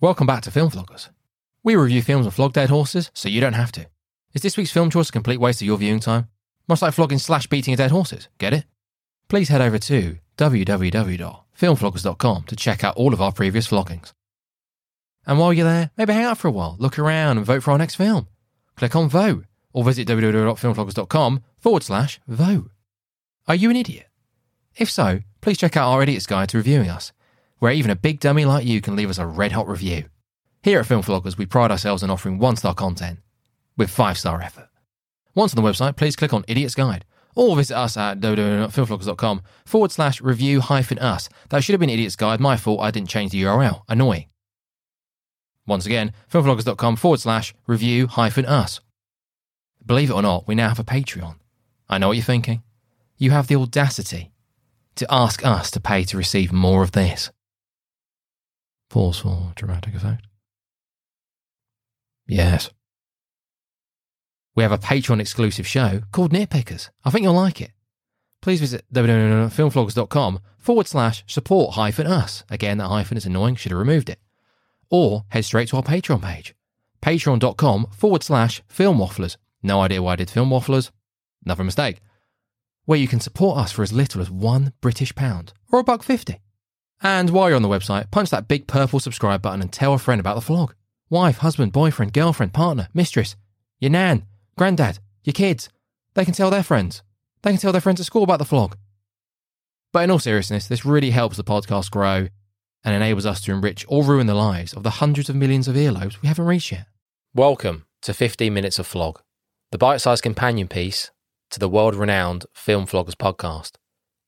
Welcome back to Film Vloggers. We review films and flog dead horses, so you don't have to. Is this week's film choice a complete waste of your viewing time? Much like flogging slash beating a dead horses, get it? Please head over to www.filmvloggers.com to check out all of our previous vloggings. And while you're there, maybe hang out for a while, look around and vote for our next film. Click on vote or visit www.filmvloggers.com forward slash vote. Are you an idiot? If so, please check out our Idiot's Guide to Reviewing Us, where even a big dummy like you can leave us a red hot review. Here at Film Vloggers, we pride ourselves on offering one star content with five star effort. Once on the website, please click on Idiot's Guide or visit us at www.filmvloggers.com forward slash review hyphen us. That should have been Idiot's Guide. My fault, I didn't change the URL. Annoying. Once again, filmvloggers.com forward slash review hyphen us. Believe it or not, we now have a Patreon. I know what you're thinking. You have the audacity to ask us to pay to receive more of this. Pause for dramatic effect. Yes. We have a Patreon exclusive show called Nitpickers. I think you'll like it. Please visit www.filmfloggers.com forward slash support hyphen us. Again, that hyphen is annoying, should have removed it. Or head straight to our Patreon page, patreon.com forward slash film wafflers. No idea why I did film wafflers. Another mistake where you can support us for as little as one British pound or a buck fifty. And while you're on the website, punch that big purple subscribe button and tell a friend about the flog. Wife, husband, boyfriend, girlfriend, partner, mistress, your nan, granddad, your kids. They can tell their friends. They can tell their friends at school about the flog. But in all seriousness, this really helps the podcast grow and enables us to enrich or ruin the lives of the hundreds of millions of earlobes we haven't reached yet. Welcome to 15 Minutes of Flog, the bite sized companion piece to the world renowned Film Floggers podcast.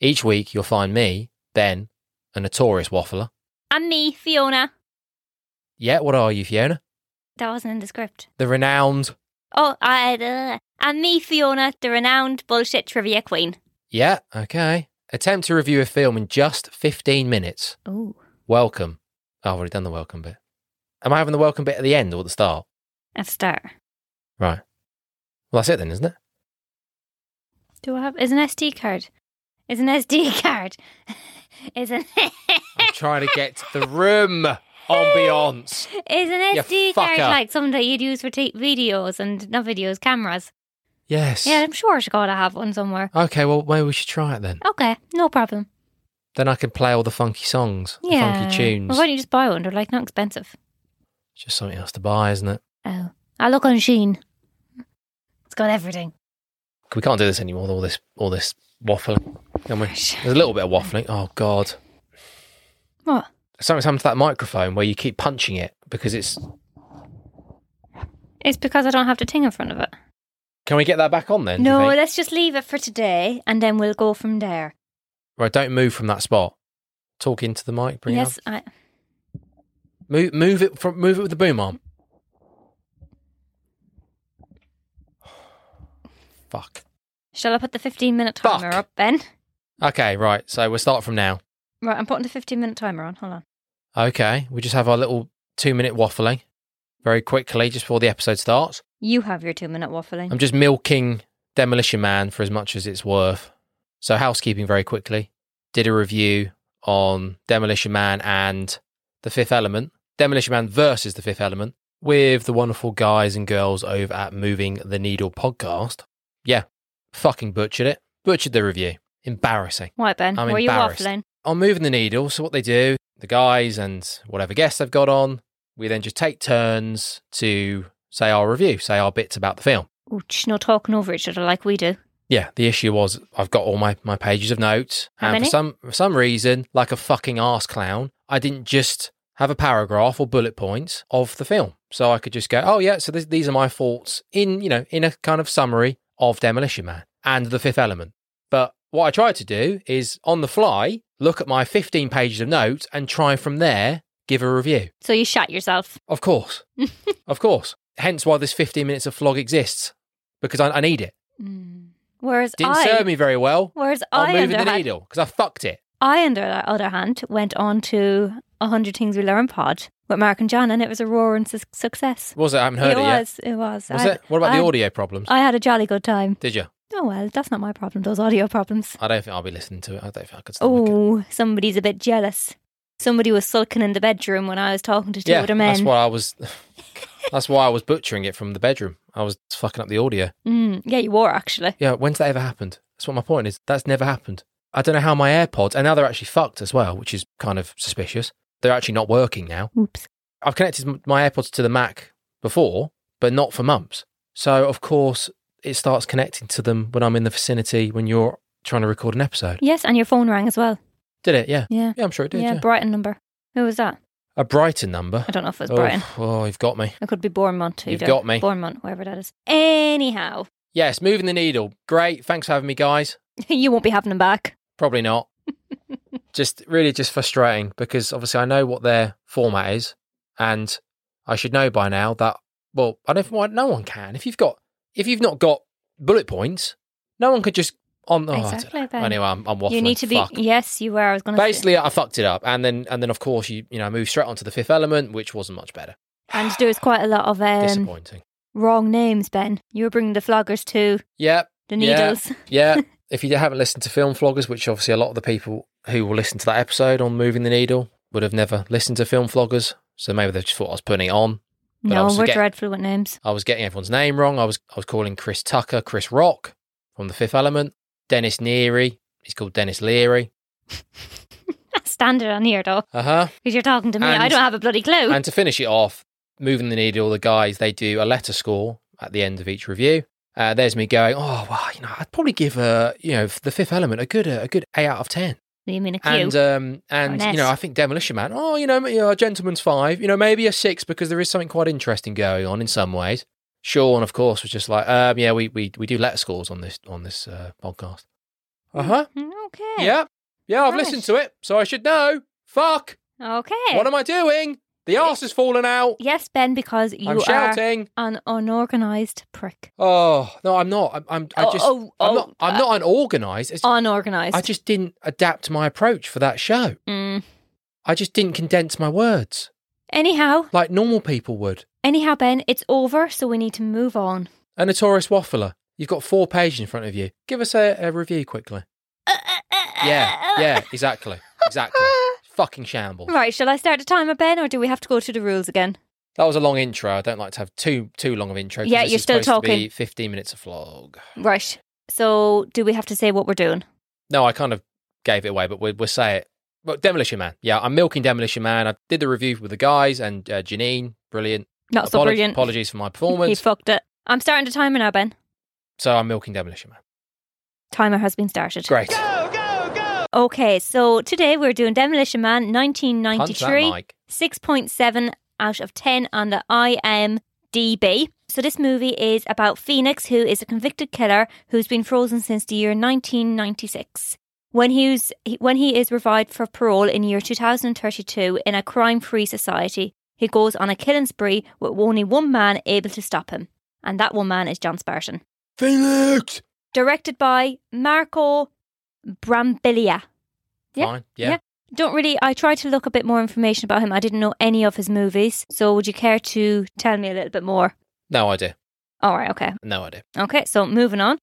Each week, you'll find me, Ben, a notorious waffler. And me, Fiona. Yeah, what are you, Fiona? That wasn't in the script. The renowned. Oh, I. Uh, and me, Fiona, the renowned bullshit trivia queen. Yeah, okay. Attempt to review a film in just 15 minutes. Oh, Welcome. Oh, I've already done the welcome bit. Am I having the welcome bit at the end or at the start? a star. Right. Well, that's it then, isn't it? Do I have? Is an SD card? Is an SD card? Is an I'm trying to get to the room ambiance. is an You SD card fucker. like something that you'd use for tape videos and not videos, cameras? Yes. Yeah, I'm sure she's got to have one somewhere. Okay, well, maybe we should try it then. Okay, no problem. Then I can play all the funky songs, the Yeah, funky tunes. Well, why don't you just buy one? They're like not expensive. Just something else to buy, isn't it? Oh, I look on Sheen. It's got everything. We can't do this anymore with all this all this waffling. Can we? There's a little bit of waffling. Oh god. What? Something's happened to that microphone where you keep punching it because it's It's because I don't have the thing in front of it. can we get that back on then? do you No, think? let's just leave it for today and then we'll go from there. Right, don't move from that spot. Talk into the mic, bring yes, it I, up. Move move it from move it with the boom arm. Fuck. shall I put the 15 minute timer Fuck. up then? Okay, right. So we'll start from now. Right, I'm putting the 15 minute timer on. Hold on. Okay. We just have our little two minute waffling very quickly just before the episode starts. You have your two minute waffling. I'm just milking Demolition Man for as much as it's worth. So housekeeping very quickly. Did a review on Demolition Man and The Fifth Element. Demolition Man versus The Fifth Element with the wonderful guys and girls over at Moving the Needle podcast. Yeah, fucking butchered it. Butchered the review. Embarrassing. Right, Ben, I'm were you embarrassed. waffling? on moving the needle. So what they do, the guys and whatever guests they've got on, we then just take turns to say our review, say our bits about the film. Oh, shh, no talking over each other like we do. Yeah, the issue was I've got all my, my pages of notes, How and many? for some for some reason, like a fucking ass clown, I didn't just have a paragraph or bullet points of the film, so I could just go, oh yeah, so this, these are my thoughts in you know in a kind of summary of Demolition Man and The Fifth Element. But what I tried to do is on the fly look at my fifteen pages of notes and try from there give a review. So you shat yourself. Of course, of course. Hence why this fifteen minutes of flog exists because I, I need it. Mm. Whereas Didn't I. serve me very well. Whereas I'm I, moving under the hand, needle because I fucked it. I, under the other hand, went on to 100 Things We Learn pod with Mark and John, and it was a roaring su- success. Was it? I haven't heard it it, yet. was, it was. Was I- it? What about I- the audio problems? I had a jolly good time. Did you? Oh well, that's not my problem. Those audio problems. I don't think I'll be listening to it. I don't think I could stomach it. Oh, somebody's a bit jealous. somebody was sulking in the bedroom when I was talking to two yeah, other that's men. why I was. that's why I was butchering it from the bedroom. I was fucking up the audio. Mm, yeah, you were actually. Yeah, when's that ever happened? That's what my point is. That's never happened. I don't know how my AirPods, and now they're actually fucked as well, which is kind of suspicious. They're actually not working now. Oops. I've connected m- my AirPods to the Mac before, but not for months. So, of course, it starts connecting to them when I'm in the vicinity when you're trying to record an episode. Yes, and your phone rang as well. Did it? Yeah. Yeah. Yeah, I'm sure it did. yeah, yeah. Brighton number. Who was that? a Brighton number. I don't know if it was Oh, Brighton. oh, you've got me. It could be Bournemouth too. You've though. got me. Bournemouth, wherever that is. Anyhow, Yes, moving the needle. Great. Thanks for having me, guys. you won't be having them back. Probably not. just really just frustrating because obviously I know what their format is and I should know by now that well, I don't why no one can. If you've got if you've not got bullet points, no one could just on oh, I don't know. Exactly, Ben. Anyway, I'm, I'm waffling. You need to be. Fuck. Yes, you were. I was going to Basically, I fucked it up, and then and then of course you you know move straight onto the fifth element, which wasn't much better. And there was quite a lot of um, Disappointing. wrong names, Ben. You were bringing the floggers to Yep. the Yeah. needles. Yeah. if you haven't listened to Film Floggers, which obviously a lot of the people who will listen to that episode on Moving the Needle would have never listened to Film Floggers. So maybe they just thought I was putting it on. But I no, also we're get- dreadful with names. I was getting everyone's name wrong. I was I was calling Chris Tucker, Chris Rock from The Fifth Element, Dennis Neary. He's called Dennis Leary. Standard on here, though, Uh huh. because you're talking to me. I And- don't have a bloody clue. and to finish it off, Moving the Needle, the guys they do a letter score at the end of each review. Uh, there's me going, oh well, you know, I'd probably give uh, you know The Fifth Element a good uh, a good eight out of ten. you mean a Q? and um, and an you know, S. I think Demolition Man. Oh, you know, m- you know, a gentleman's five. You know, maybe a six because there is something quite interesting going on in some ways. Sean, of course, was just like, um, yeah, we we we do letter scores on this on this uh, podcast. Uh huh. Mm, okay. Yeah, yeah. I've Right. listened to it, so I should know. Fuck. Okay. What am I doing? The arse has fallen out. yes, Ben, because you I'm are shouting. an unorganized prick. Oh no, I'm not. I'm. I'm I Oh, just. oh, I'm oh, not. I'm not unorganized. It's, Unorganized. I just didn't adapt my approach for that show. Mm. I just didn't condense my words Anyhow, like normal people would. anyhow, Ben, it's over, so we need to move on. A notorious waffler. You've got four pages in front of you. Give us a, a review quickly. Yeah, yeah, exactly, exactly. Fucking shambles. Right, shall I start the timer, Ben, or do we have to go to the rules again? That was a long intro. I don't like to have too too long of intro. 'cause Yeah, this you're is still supposed to be talking. Fifteen minutes of vlog. Right. So, do we have to say what we're doing? No, I kind of gave it away, but we'll, we'll say it. Well, Demolition Man. Yeah, I'm milking Demolition Man. I did the review with the guys and uh, Janine. Brilliant. Not so Apolo- brilliant. Apologies for my He performance. fucked it. I'm starting the timer now, Ben. so I'm milking Demolition Man. Timer has been started. Great. Okay, so today we're doing Demolition Man Punch that 1993, mic. 6.7 out of 10 on the IMDb. So this movie is about Phoenix, who is a convicted killer who's been frozen since the year 1996. When he, was, he- when he is revived for parole in year 2032 in a crime-free society, he goes on a killing spree with only one man able to stop him, and that one man is John Spartan Phoenix. directed by Marco Brambilia. Yeah, Fine. Yeah. yeah. Don't really, I tried to look a bit more information about him. I didn't know any of his movies. So would you care to tell me a little bit more? No idea. All right, okay. No idea. Okay, so moving on.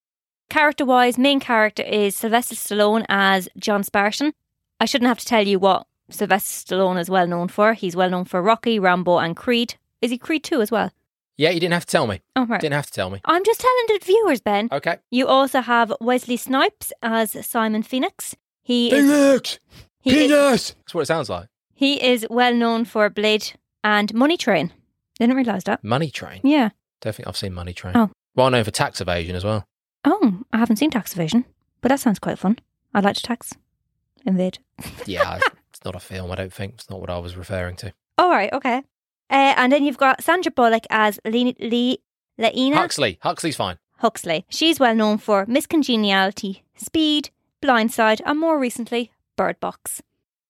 Character wise, main character is Sylvester Stallone as John Spartan. I shouldn't have to tell you what Sylvester Stallone is well known for. He's well known for Rocky, Rambo, and Creed. Is he Creed 2 as well? Yeah, you didn't have to tell me. Oh, right. Didn't have to tell me. I'm just telling the viewers, Ben. Okay. You also have Wesley Snipes as Simon Phoenix. He is, Phoenix! he is That's what it sounds like. he is well known for Blade and Money Train. Didn't realize that. Money Train. Yeah. Don't think I've seen Money Train. Oh. Well known for tax evasion as well. Oh, I haven't seen Tax Evasion, but that sounds quite fun. I'd like to tax invade. Yeah, I- it's not a film, I don't think. It's not what I was referring to. All right. Okay. Uh, and then you've got Sandra Bullock as Lee, Lee Laina Huxley. Huxley's fine. Huxley. She's well known for Miss Congeniality, Speed, Blindside, and more recently Bird Box.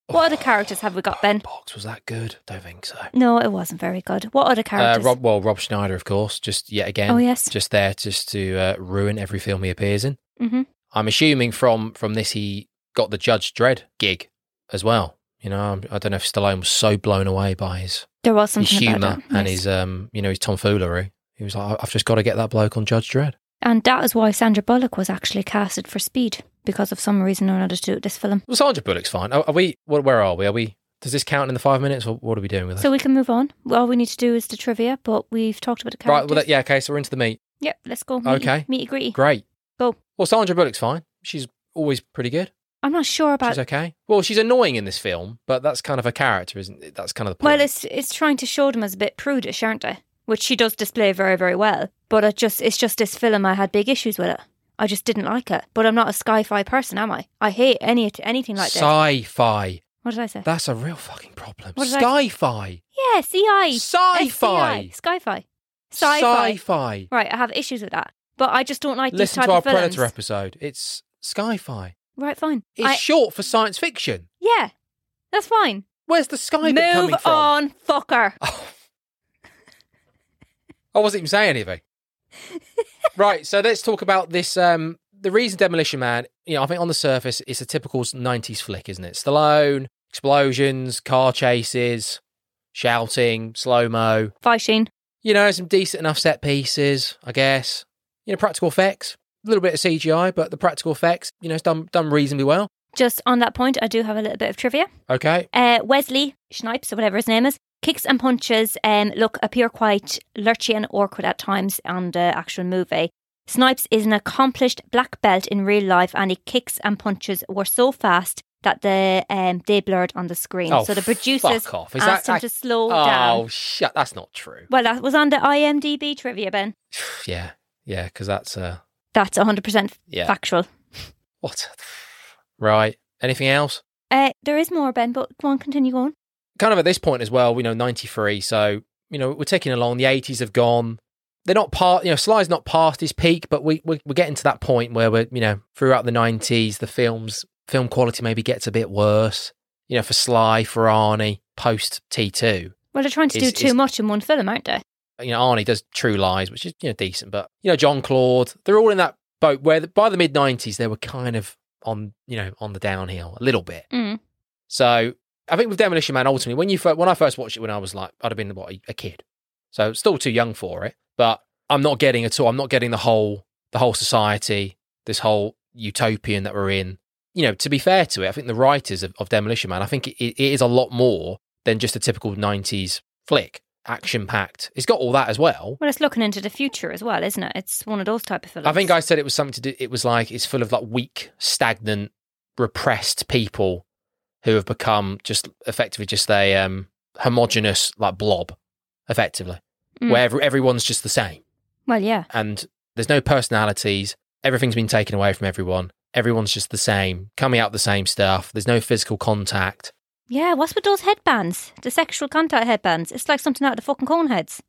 What Oh. other characters have we got, Ben? Box, was that good? Don't think so. No, it wasn't very good. What other Uh, characters? Rob, well, Rob Schneider, of course, just yet again. Oh, yes. Just there just to uh, ruin every film he appears in. Mhm. I'm assuming from from this he got the Judge Dredd gig as well. You know, I'm- I don't know if Stallone was so blown away by his There was his something about humour it. and yes. his um, you know, his tomfoolery. He was like, "I- I've just got to get that bloke on Judge Dredd. and that is why Sandra Bullock was actually casted for Speed because of some reason or another to do with this film. Well, Sandra Bullock's fine. Are, are we? wh- Where are we? Are we Does this count in the five minutes, or what are we doing with that? So we can move on. All we need to do is the trivia, but we've talked about the right, characters. well, yeah, okay, so we're into the meat. Yep, let's go. e-, Okay. Meaty gritty. Great. Go. Well, Sandra Bullock's fine. She's always pretty good. I'm not sure about. She's okay. Well, she's annoying in this film, but that's kind of her character, isn't it? That's kind of the point. well, it's it's trying to show them as a bit prudish, aren't they? Which she does display very very well. But it just it's just this film I had big issues with it. I just didn't like it. But I'm not a sci-fi person, am I? I hate any anything like this. sci-fi. What did I say? That's a real fucking problem. What did I- Sci-fi. yeah, ci Sci-fi. SCI. Sci-fi. Sci-fi. Sci-fi. Right, I have issues with that. But I just don't like these Listen type to our of films. Predator episode. It's sci-fi. Right, fine. It's I- short for science fiction. yeah, that's fine. Where's the sky bit Move coming from? Oh. on, fucker. I wasn't even saying anything. right, so let's talk about this. Um, the reason Demolition Man, you know, I think on the surface, it's a typical 90s flick, isn't it? Stallone, explosions, car chases, shouting, slow mo, Fighting. you know, some decent enough set pieces, I guess. You know, practical effects, a little bit of CGI, but the practical effects, you know, it's done, done reasonably well. Just on that point, I do have a little bit of trivia. Okay. Uh, Wesley Snipes, or whatever his name is, kicks and punches um, look appear quite lurchy and awkward at times on the actual movie. Snipes is an accomplished black belt in real life, and he kicks and punches were so fast that the um, they blurred on the screen. Oh, so the producers fuck off. Is asked that- him to slow oh, down. shut. That's not true. Well, that was on the IMDb trivia, Ben. yeah. Yeah, because that's. Uh, That's 100% Yeah. factual. What? Right. Anything else? Uh, there is more, Ben, but go on, continue on. Kind of at this point as well, we know 93. So, you know, we're ticking along. The 80s have gone. They're not part, you know, Sly's not past his peak, but we, we're, we're getting to that point where we're, you know, throughout the 90s, the film's film quality maybe gets a bit worse, you know, for Sly, for Arnie, post T2. Well, they're trying to Is- do too is- much in one film, aren't they? You know, Arnie does True Lies, which is, you know, decent, but, you know, John Claude, they're all in that boat where the, by the mid 90s, they were kind of on, you know, on the downhill a little bit. Mm. So I think with Demolition Man, ultimately, when you fir- when I first watched it, when I was like, I'd have been what a- a kid, so still too young for it. But I'm not getting at all. I'm not getting the whole the whole society, this whole utopian that we're in. You know, to be fair to it, I think the writers of, of Demolition Man, I think it, it is a lot more than just a typical '90s flick, action packed. It's got all that as well. Well, it's looking into the future as well, isn't it? It's one of those type of films. I think I said it was something to do. It was like it's full of like weak, stagnant, repressed people who have become just effectively just a um, homogenous like blob, effectively, Mm. where every, everyone's just the same Well, yeah. and there's no personalities. Everything's been taken away from everyone. Everyone's just the same, coming out the same stuff. There's no physical contact. Yeah, what's with those headbands? The sexual contact headbands. It's like something out of the fucking Coneheads.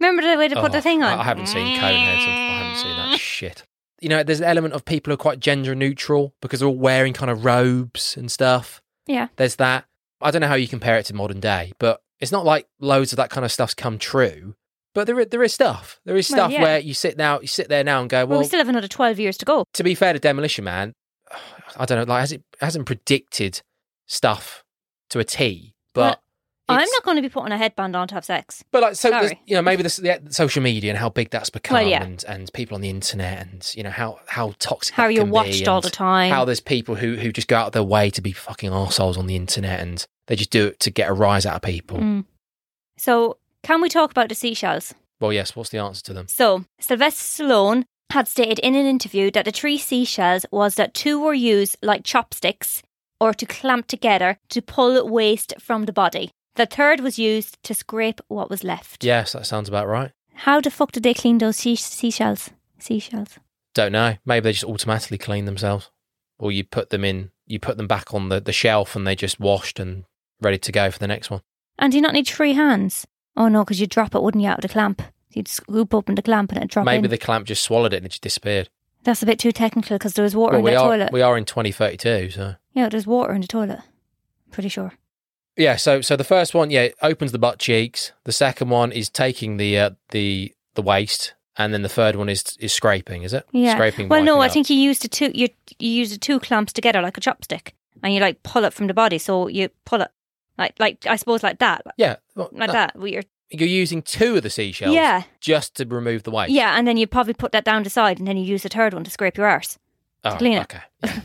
Remember the way they put Oh, the thing I- on? Mm. I haven't seen Coneheads. I haven't seen that shit. You know, there's an element of people who are quite gender neutral because they're all wearing kind of robes and stuff. Yeah. there's that. I don't know how you compare it to modern day, but it's not like loads of that kind of stuff's come true. But there, i- there is stuff. There is Well, stuff yeah. where you sit now, you sit there now and go, Well, well, we still have another 12 years to go. to be fair to Demolition Man, I don't know, like has it hasn't predicted stuff to a T, but I'm it's- not going to be putting a headband on to have sex. But like, so there's- Sorry. you know, maybe this, the social media and how big that's become, Well, yeah. and and people on the internet, and you know how how toxic How that you're can be watched all and- the time. how there's people who who just go out of their way to be fucking assholes on the internet and they just do it to get a rise out of people. Mm. So, can we talk about the seashells? Well, yes. What's the answer to them? So, Sylvester Stallone had stated in an interview that the three seashells was that two were used like chopsticks or to clamp together to pull waste from the body. The third was used to scrape what was left. Yes, that sounds about right. How the fuck did they clean those sea- seashells? Seashells. Don't know. Maybe they just automatically clean themselves, or you put them in, you put them back on the, the shelf, and they just washed and ready to go for the next one. And do you not need three hands? Oh no, because you'd drop it, wouldn't you, out of the clamp? You'd scoop open the clamp and it'd drop Maybe in. the clamp just swallowed it and it just disappeared. That's a bit too technical because there was Well, water in we the are toilet. we are in 2032, so Yeah, there's water in the toilet. Pretty sure. yeah. So so the first one, yeah, it opens the butt cheeks. The second one is taking the uh, the the waist, and then the third one is is scraping. Is it? Yeah. Scraping. Well, no, wiping I up. think you use the two you you use the two clamps together like a chopstick, and you like pull it from the body. So you pull it like like I suppose like that, like, Yeah. Well, like no, that. We're, You're using two of the seashells. yeah, Just to remove the waist. yeah, and then you probably put that down the side, and then you use the third one to scrape your arse. Oh, clean it. Okay. Yeah.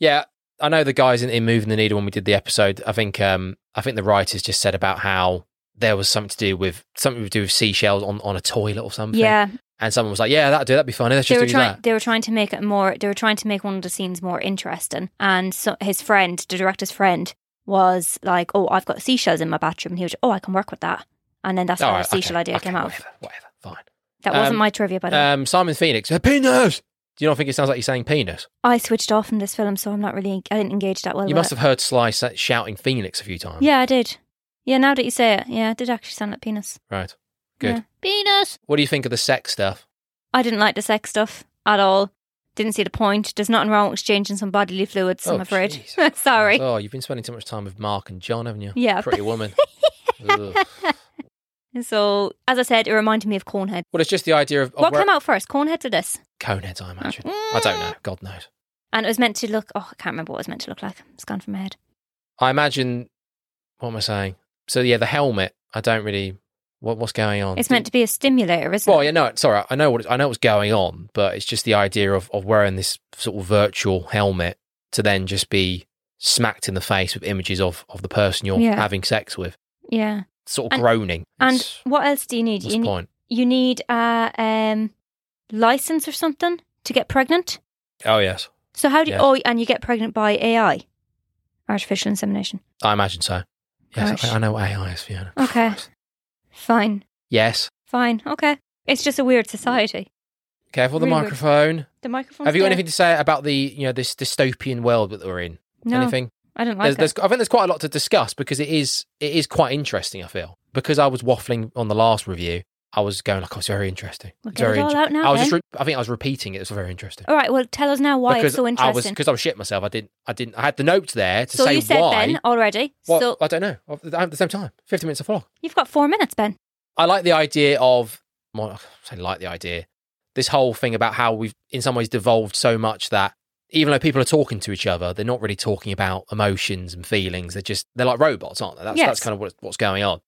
Yeah, I know the guys in, in Moving the Needle when we did the episode. I think um, I think the writers just said about how there was something to do with something to do with seashells on, on a toilet or something. Yeah, And someone was like, "Yeah, that'd do. That'd be funny. Let's they just were do trying. that." They were trying to make it more. They were trying to make one of the scenes more interesting. And so his friend, the director's friend, was like, "Oh, I've got seashells in my bathroom," and he was, "Oh, I can work with that." And then that's how All the right, seashell okay, idea okay, came out. Whatever, whatever, fine. That wasn't Um, my trivia, by the way. Um, Simon Phoenix, "A penis. Do you not think it sounds like you're saying penis? I switched off in this film, so I'm not really. I didn't engage that well. You with must it. have heard Sly sa- shouting Phoenix a few times. Yeah, I did. Yeah, now that you say it, yeah, it did actually sound like penis. Right. Good. Yeah. Penis. What do you think of the sex stuff? I didn't like the sex stuff at all. Didn't see the point. There's nothing wrong with exchanging some bodily fluids, Oh, I'm afraid. Jesus Sorry. Oh, you've been spending too much time with Mark and John, haven't you? Yeah. Pretty woman. Ugh. So, as I said, it reminded me of Cornhead. Well, it's just the idea of, of What Mm. where- came out first, Cornhead or this? Coneheads, I imagine. I don't know. God knows. And it was meant to look, oh, I can't remember what it was meant to look like. It's gone from my head. I imagine. What am I saying? So yeah, the helmet. I don't really. What what's going on? It's meant to be a stimulator, isn't Well, it? yeah, no, sorry. I know what I know what's going on, but it's just the idea of of wearing this sort of virtual helmet to then just be smacked in the face with images of of the person you're Yeah. having sex with, Yeah. sort of And- groaning. And It's- what else do you need? what's You, the ne- point? you need a um, license or something to get pregnant. Oh yes. So, how do you, Yes. oh, and you get pregnant by AI, artificial insemination. I imagine so. Yes, Gosh. I, I know what AI is Fiona. Okay. Christ. Fine. Yes. Fine. Okay. It's just a weird society. Careful the Really weird. microphone. The microphone. Have you got anything to say about the you know this dystopian world that we're in? No, Anything? I don't like There's, it. there's, I think there's quite a lot to discuss because it is it is quite interesting. I feel because I was waffling on the last review, I was going like, "Oh, it's very interesting." We'll It's get it very all inter-" out now I was then. just re- I think I was repeating it. It was very interesting. All right. Well, tell us now why because it's I so was interesting. because I was shit myself. I didn't I didn't I had the notes there to so say you said why. Ben already. Well, So I don't know. I have at the same time, fifty minutes of vlog. you've got four minutes, Ben. I like the idea of, well, I say like the idea, this whole thing about how we've in some ways devolved so much that even though people are talking to each other, they're not really talking about emotions and feelings. They're just they're like robots, aren't they? That's that's Yes. kind of what, what's going on.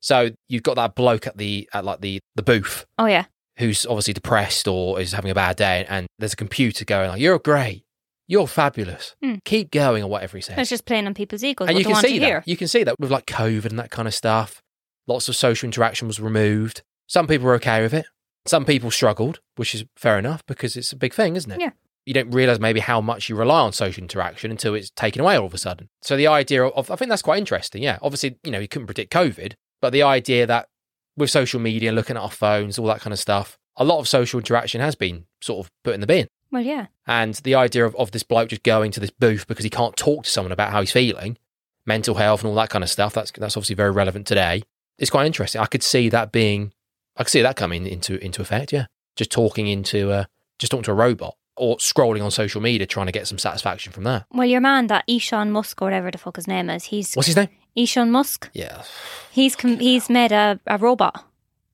So you've got that bloke at the at like the the booth Oh yeah. who's obviously depressed or is having a bad day, and there's a computer going like, "You're great, you're fabulous, Hmm. keep going," or whatever he says It's just playing on people's egos. and what you they can want see to that hear. you can see that with like COVID and that kind of stuff. Lots of social interaction was removed. Some people were okay with it. Some people struggled, which is fair enough because it's a big thing, isn't it? Yeah. You don't realize maybe how much you rely on social interaction until it's taken away all of a sudden. So the idea of I think that's quite interesting. Yeah, obviously you know you couldn't predict COVID, but the idea that with social media, looking at our phones, all that kind of stuff, a lot of social interaction has been sort of put in the bin. Well, yeah. And the idea of, of this bloke just going to this booth because he can't talk to someone about how he's feeling, mental health and all that kind of stuff, that's that's obviously very relevant today. It's quite interesting. I could see that being I could see that coming into into effect, yeah. Just talking into uh just talking to a robot or scrolling on social media trying to get some satisfaction from that. Well, your man, that Eshan Musk or whatever the fuck his name is, he's What's his name? Eshan Musk. Yeah. He's com- he's made a, a robot.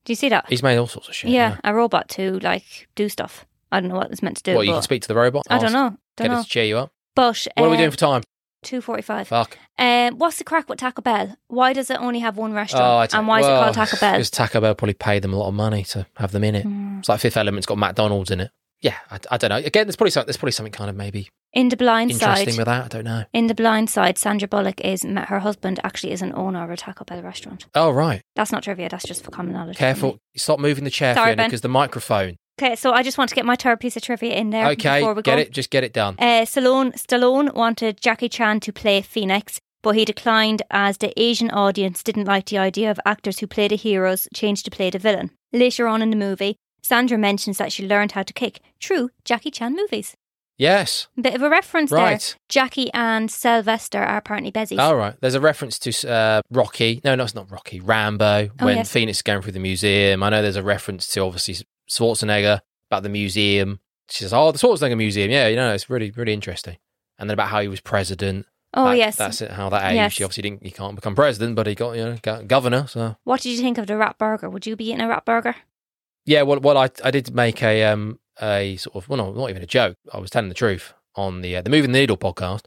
Do you see that? He's made all sorts of shit. yeah, a robot to like do stuff. I don't know what it's meant to do. What you but can speak to the robot? I don't Ask- know. Don't Get know. it to cheer you up. But What are we uh, doing for time? Two forty-five. Fuck. Um, what's the crack with Taco Bell? Why does it only have one Oh, I restaurant? don't- and why well, is it called Taco Bell? Because Taco Bell probably paid them a lot of money to have them in it. Mm. It's like Fifth Element's got McDonald's in it. Yeah, I, I don't know. Again, there's probably something, there's probably something kind of maybe In the blind interesting side. with that. I don't know. In the blind side, Sandra Bullock is her husband actually is an owner of a Taco Bell restaurant. Oh right, That's not trivia. That's just for common knowledge. for me. careful. Stop moving the chair, Sorry, Fiona, Ben. because the microphone. Okay, so I just want to get my third piece of trivia in there. Okay, before we get go. it. Just get it done. Uh, Stallone, Stallone wanted Jackie Chan to play Phoenix, but he declined as the Asian audience didn't like the idea of actors who play the heroes changed to play the villain. Later on in the movie, Sandra mentions that she learned how to kick. True Jackie Chan movies. Yes. Bit of a reference there. Right. Oh, Jackie and Sylvester are apparently Bezzies. All right. There's a reference to uh, Rocky. No, no, it's not Rocky. Rambo. Oh, when yes. Phoenix is going through the museum. I know there's a reference to obviously Schwarzenegger about the museum. She says, "Oh, the Schwarzenegger museum. Yeah, you know, it's really, really interesting." And then about how he was president. oh, That- yes. that's it, how that age. Yes. He obviously didn't. He can't become president, but he got you know go- governor. So What did you think of the rat burger? Would you be eating a rat burger? yeah, well, well, I I did make a um a sort of well, no, not even a joke. I was telling the truth on the uh, the moving the needle podcast.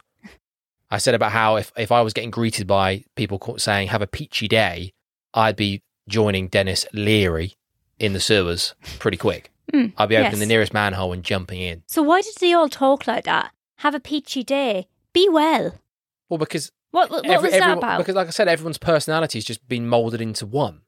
I said about how if if I was getting greeted by people ca- saying "Have a peachy day," I'd be joining Dennis Leary in the sewers pretty quick. Mm, I'd be opening yes. the nearest manhole and jumping in. So why did they all talk like that? Have a peachy day. Be well. Well, because What, what Every- was that everyone- about? Because, like I said, everyone's personality has just been molded into one.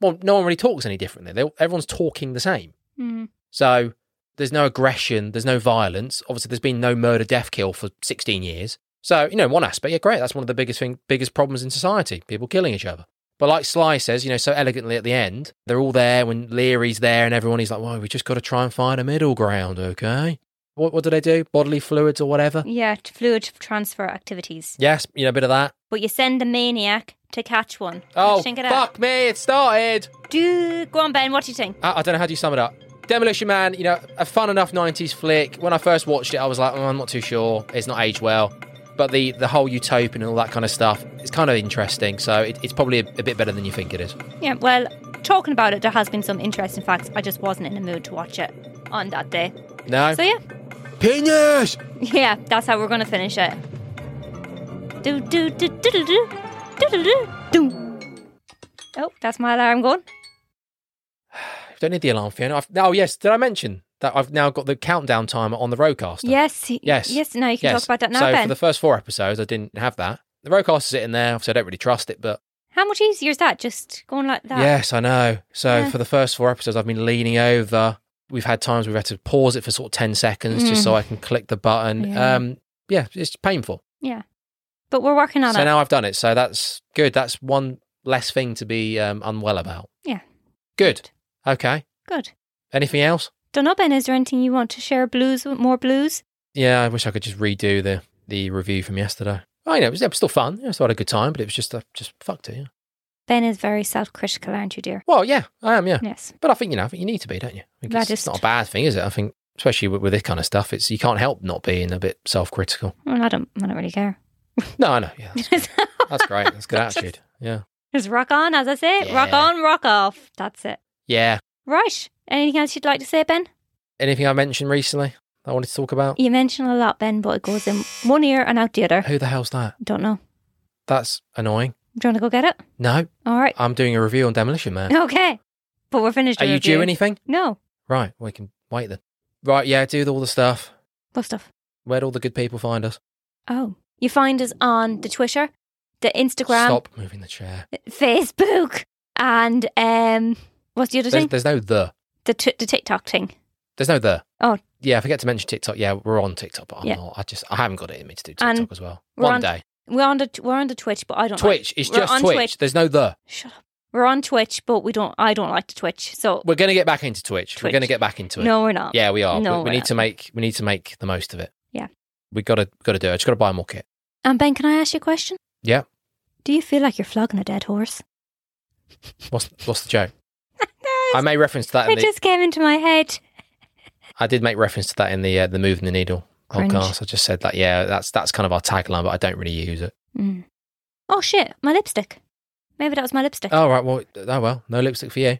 Well, no one really talks any differently. They, everyone's talking the same. Mm. So there's no aggression, there's no violence. Obviously, there's been no murder, death, kill for 16 years. So you know, in one aspect, yeah, great. That's one of the biggest thing, biggest problems in society: people killing each other. But like Sly says, you know, so elegantly at the end, they're all there when Leary's there and everyone. He's like, "Well, we just got to try and find a middle ground, okay?" What, what do they do? Bodily fluids or whatever? Yeah, t- fluid transfer activities. Yes, you know, a bit of that. But you send a maniac to catch one. Oh, think fuck it out. me! It started. Do go on, Ben. What do you think? I, I don't know how do you sum it up. Demolition Man, you know, a fun enough '90s flick. When I first watched it, I was like, oh, I'm not too sure. It's not aged well, but the the whole utopian and all that kind of stuff, it's kind of interesting. So it, it's probably a, a bit better than you think it is. Yeah. Well, talking about it, there has been some interesting facts. I just wasn't in the mood to watch it on that day. No, So yeah, penis. yeah. That's how we're gonna finish it. Do do do do do do do do do do. Oh, that's my alarm going. Don't need the alarm, Fiona. I've, oh yes, did I mention that I've now got the countdown timer on the Rodecaster? Yes. Yes. Yes. Now you can Yes. talk about that now, so Ben. for the first four episodes, I didn't have that. The Rodecaster's sitting there. Obviously, I don't really trust it, but How much easier is that? Just going like that. Yes, I know. So Yeah. for the first four episodes, I've been leaning over. We've had times we've had to pause it for sort of ten seconds just so I can click the button. Mm. Yeah. Yeah. Um, yeah, it's painful. Yeah. But we're working on so it. now I've done it. So that's good. That's one less thing to be um, unwell about. Yeah. Good. Okay. Good. Anything else? Don't know, Ben. Is there anything you want to share? Blues, more blues. Yeah, I wish I could just redo the the review from yesterday. Oh, you know, it was, it was still fun. I still had a good time, but it was just uh, just fucked it. Yeah. Ben is very self-critical, aren't you, dear? Well, yeah, I am. Yeah. Yes. But I think you know, I think you need to be, don't you? I think That it's, it's is- not a bad thing, is it? I think, especially with, with this kind of stuff, it's you can't help not being a bit self-critical. Well, I don't. I don't really care. No, I know. Yeah, that's, that's great. That's good attitude. Yeah, Just rock on, as I say. Rock Yeah. on, rock off. That's it. yeah. Right. Anything else you'd like to say, Ben? Anything I mentioned recently that I wanted to talk about? You mention a lot, Ben, but it goes in one ear and out the other. Who the hell's that? Don't know. That's annoying. Do you want to go get it? No, All right. I'm doing a review on Demolition Man. Okay. But we're finished. Are the you due review. anything? No. Right, we can wait then. Right, yeah, do all the stuff. What stuff? Where'd all the good people find us? Oh, you find us on the Twitter, the Instagram, Stop moving the chair. Facebook, and um, what's the other There's, thing? there's no the. The t- the TikTok thing. There's no the. Oh. Yeah, I forget to mention TikTok. Yeah, we're on TikTok, but I'm Yeah. not. I just I haven't got it in me to do TikTok And as well. we're One on day. We're on the we're on the Twitch, but I don't like- Twitch. It's we're just on Twitch. Twitch. There's no the. Shut up. We're on Twitch, but we don't. I don't like the Twitch. So We're gonna get back into Twitch. We're Twitch. gonna get back into it. no, we're not. Yeah, we are. No, we, we're we need not. to make we need to make the most of it. Yeah. We gotta gotta do it. I just gotta buy more kit. And Ben, can I ask you a question? Yeah. Do you feel like you're flogging a dead horse? What's what's the joke? I made reference to that. In it the, just came into my head. I did make reference to that in the uh, the moving the needle Cringe. podcast. I just said that. Yeah, that's that's kind of our tagline, but I don't really use it. Mm. Oh shit! My lipstick. Maybe that was my lipstick. Oh right. Well. Oh well. No lipstick for you.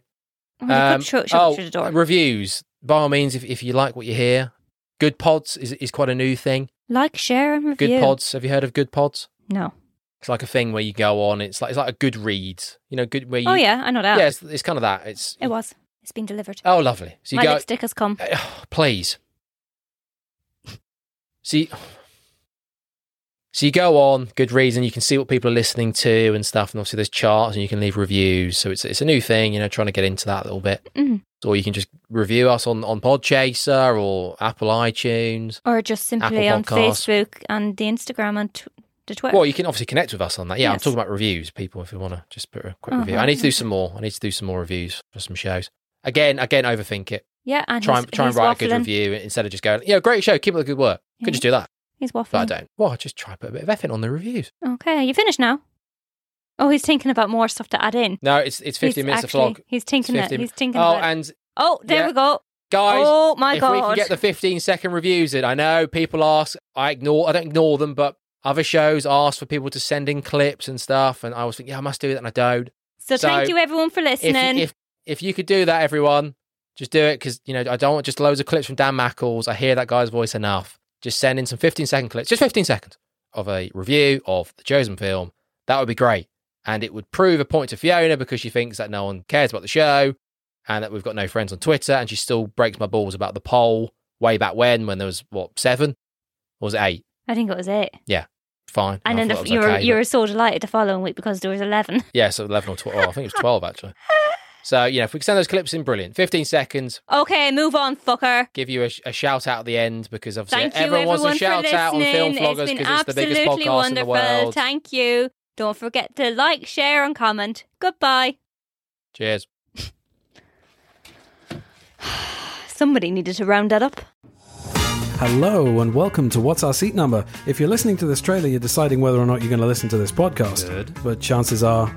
Oh, I Um, could shove, shove it oh, through the door. reviews. By all means, if, if you like what you hear, Good Pods is, is quite a new thing. like, share, and Good review. Pods, have you heard of Good Pods? No. It's like a thing where you go on. It's like it's like a good read. You know, good where you. Oh yeah, I know that. yeah. It's, it's kind of that. It's It was. It's been delivered. oh lovely. So you my go, lipstick has come. Oh, please. See. So you go on Goodreads and you can see what people are listening to and stuff, and obviously there's charts and you can leave reviews. So it's it's a new thing, you know, trying to get into that a little bit. Mm. or you can just review us on, on Podchaser or Apple iTunes. Or just simply Apple on Podcasts. Facebook and the Instagram and tw- the Twitter. Well, you can obviously connect with us on that. Yeah, I'm Yes. talking about reviews, people, if you want to just put a quick Uh-huh. review. I need to do some more. I need to do some more reviews for some shows. Again, again, overthink it. yeah, and try he's, and try and he's write a good waffling. review instead of just going, yeah, great show, keep up the good work. Yeah. Could just do that, He's but I waffling. don't. Well, I just try and put a bit of effort on the reviews. Okay, you finished now. Oh, he's thinking about more stuff to add in. No, it's it's 15 He's minutes actually- of vlog. He's It's thinking it. 15 He's thinking Oh, about it. and Oh, there yeah. we go. guys, oh my if god. we can get the 15 second reviews in, I know people ask, I ignore, I don't ignore them, but other shows ask for people to send in clips and stuff. And I always think, yeah, I must do that. And I don't. so, so thank you everyone for If, listening. if, if you could do that, everyone, just do it. Cause, you know, I don't want just loads of clips from Dan Mackles. I hear that guy's voice enough. Just send in some 15 second clips, just 15 seconds of a review of the chosen film. That would be great. And it would prove a point to Fiona because she thinks that no one cares about the show and that we've got no friends on Twitter. And she still breaks my balls about the poll way back when, when there was, what, seven? Or was it eight? I think it was it. fine. I And then thought the, that you, was were, okay, you but- were so delighted the following week because there was 11. yeah, so eleven or twelve. I think it was twelve actually. So yeah, if we can send those clips in, brilliant. Fifteen seconds. Okay, move on, fucker. Give you a, sh- a shout out at the end because obviously Thank everyone, you, wants everyone, a shout for out on film listening. vloggers it's been because it's the biggest absolutely podcast wonderful. in the world. Thank you. Don't forget to like, share, and comment. Goodbye. Cheers. Somebody needed to round that up. Hello and welcome to What's Our Seat Number. If you're listening to this trailer, you're deciding whether or not you're going to listen to this podcast. Good. But chances are,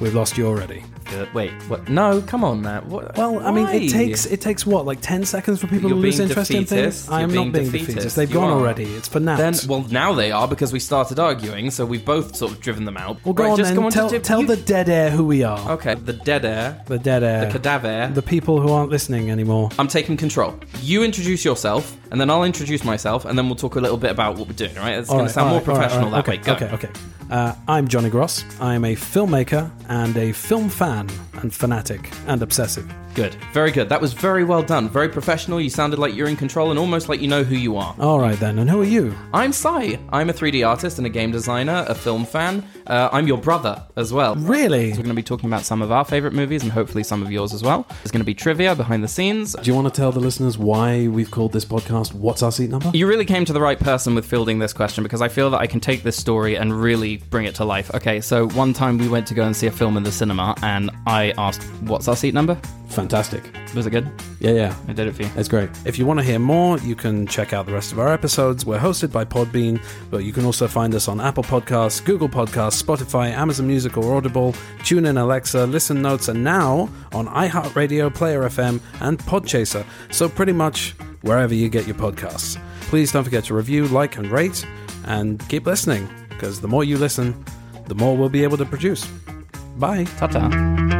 we've lost you already. Good. Wait, what? No, come on, Matt. What? Well, I mean, Why? it takes it takes what like ten seconds for people You're to lose being interest in defeatist. things. I am You're not being being defeatist. defeatist. They've You gone are. already. It's for now. Then, well, now they are because we started arguing, so we've both sort of driven them out. well, go Right, on just then. go on to tell do- tell you- the dead air who we are. Okay, the dead air, The dead air. the cadaver. The people who aren't listening anymore. I'm taking control. You introduce yourself, and then I'll introduce myself, and then we'll talk a little bit about what we're doing. All right? It's All going right, to sound all more right, all right, professional all right. that way. Go. Okay, okay. okay. Uh, I'm Johnny Gross. I'm a filmmaker and a film fan and fanatic and obsessive. Good. Very good. That was very well done. Very professional. You sounded like you're in control, and almost like you know who you are. All right then. And who are you? I'm Sai. I'm a 3D artist and a game designer, a film fan. Uh, I'm your brother as well. Really? So we're going to be talking about some of our favorite movies and hopefully some of yours as well. There's going to be trivia behind the scenes. Do you want to tell the listeners why we've called this podcast What's Our Seat Number? You really came to the right person with fielding this question because I feel that I can take this story and really bring it to life. Okay, so one time we went to go and see a film in the cinema and I asked, What's our seat number? Fantastic. Was it good? Yeah, yeah. I did it for you. It's great. If you want to hear more, you can check out the rest of our episodes. We're hosted by Podbean, but you can also find us on Apple Podcasts, Google Podcasts, Spotify, Amazon Music or Audible, TuneIn Alexa, Listen Notes, and now on iHeartRadio, Player FM, and Podchaser. So pretty much wherever you get your podcasts. Please don't forget to review, like, and rate, and keep listening, because the more you listen, the more we'll be able to produce. Bye. Ta ta.